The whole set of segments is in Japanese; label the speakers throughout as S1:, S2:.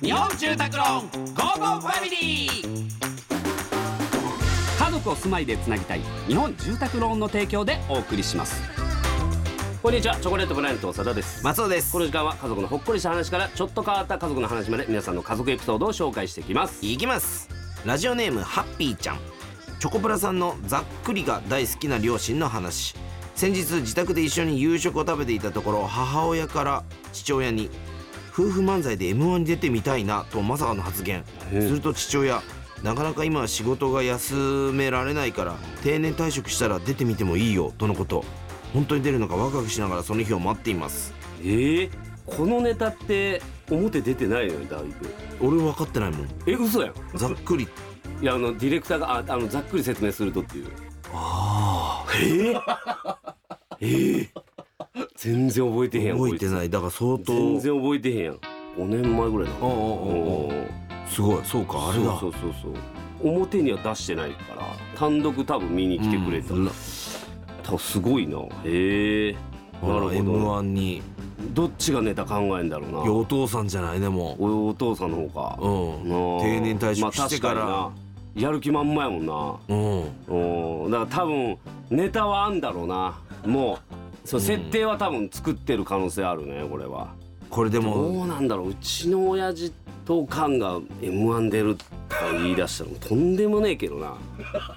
S1: 日本住宅ローンゴーゴーファミリー家族を住まいでつなぎたい日本住宅ローンの提供でお送りしますこんにちはチョコレートプラネット長田です
S2: 松尾です
S1: この時間は家族のほっこりした話からちょっと変わった家族の話まで皆さんの家族エピソードを紹介していきます
S2: いきますラジオネームハッピーちゃんチョコプラさんのざっくりが大好きな両親の話先日自宅で一緒に夕食を食べていたところ母親から父親に「夫婦漫才で m 1に出てみたいな」とまさかの発言す
S1: へえ
S2: ると父親「なかなか今は仕事が休められないから定年退職したら出てみてもいいよ」とのこと本当に出るのかワクワクしながらその日を待っています
S1: ええこのネタって表出てないのよだいぶ
S2: 俺分かってないもん
S1: え嘘やん
S2: ざっくり
S1: いやあのディレクターがああのざっくり説明するとっていうああええええ全然覚えてへんやん
S2: 覚えて
S1: い
S2: ないだから相当
S1: 全然覚えてへんやん5年前ぐらいだ
S2: おうおうおうおうすごいそうかあれ
S1: そ
S2: だ
S1: うそうそうそう表には出してないから単独多分見に来てくれた、
S2: うんな
S1: 多分すごいなへえなるほど
S2: M1 に
S1: どっちがネタ考えんだろうない
S2: やお父さんじゃないねも
S1: おお父さんの方か
S2: う、うん
S1: なあ
S2: 定年退職
S1: まあ
S2: してから
S1: 確になやる気満々やもんな
S2: うん
S1: うんだから多分ネタはあんだろうなもうそう設定は多分作ってる可能性あるねこれは、
S2: これでも
S1: どうなんだろううちの親父とおかんが m 1出るとか言い出したらもうとんでもねえけどな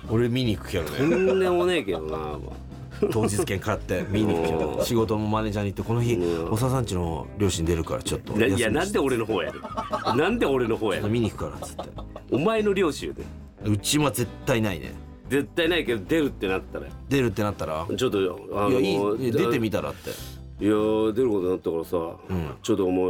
S2: 俺見に行くけど
S1: と
S2: ね
S1: んでもねえけどな
S2: 当日券買って見に行くけ
S1: うん
S2: ど仕事もマネージャーに行ってこの日
S1: うん
S2: おささんちの両親出るからちょっと
S1: な
S2: 休み
S1: いや
S2: に
S1: なんで俺の方やねんなんで俺の方やねん
S2: 見に行くからっつって
S1: お前の両親やで
S2: うちは絶対ないね
S1: 絶対ないけど出るってなったらよ
S2: 出るってなったら
S1: ちょっとあ
S2: いやいいいや出て
S1: み
S2: みたらって
S1: いやー出ることになったからさ、
S2: ん
S1: ちょっとお前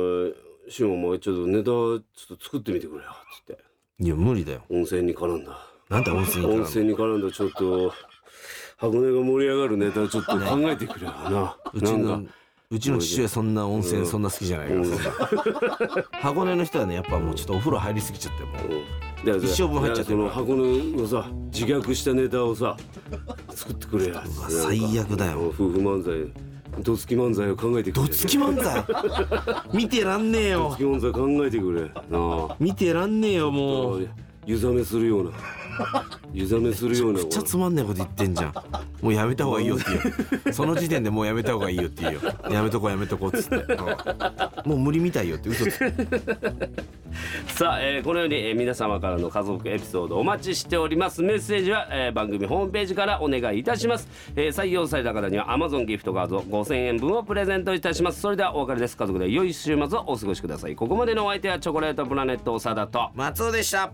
S1: シュンお前ちょっとネタちょっと作ってみてくれよつって
S2: いや無理だよ
S1: 温泉に絡んだ
S2: なんて温泉行
S1: 温
S2: くから
S1: 泉に絡んだちょっと箱根が盛り上がるネタちょっと考えてくれよな
S2: うち
S1: なん
S2: の
S1: か
S2: うちの父親そんな温泉そんな好きじゃないから
S1: うん
S2: 箱根の人はねやっぱもうちょっとお風呂入りすぎちゃってもう
S1: だから
S2: 一生分入っちゃって
S1: だ
S2: る
S1: か
S2: から
S1: らその箱根のさ自虐したネタをさ作ってくれや
S2: うわ最悪だよ
S1: 夫婦漫才どつき漫才を考えてくれ
S2: どつき漫才 見てらんねえ
S1: どつ
S2: よ
S1: き漫才考えてくれなあ
S2: 見てらんねえよもうめ
S1: 湯冷めするような湯冷めするような
S2: っちゃつまんねえこと言ってんじゃんもうやめた方がいいよって言 うその時点でもうやめた方がいいよって言うよやめとこうやめとこうっつって、うんもう無理みたいよって嘘 つく
S1: さあ、えーこのように、えー皆様からの家族エピソードお待ちしておりますメッセージは、えー番組ホームページからお願いいたします、えー採用された方には Amazon ギフトカード5000円分をプレゼントいたしますそれではお別れです家族で良い週末をお過ごしくださいここまでのお相手はチョコレートプラネット長田と
S2: 松尾でした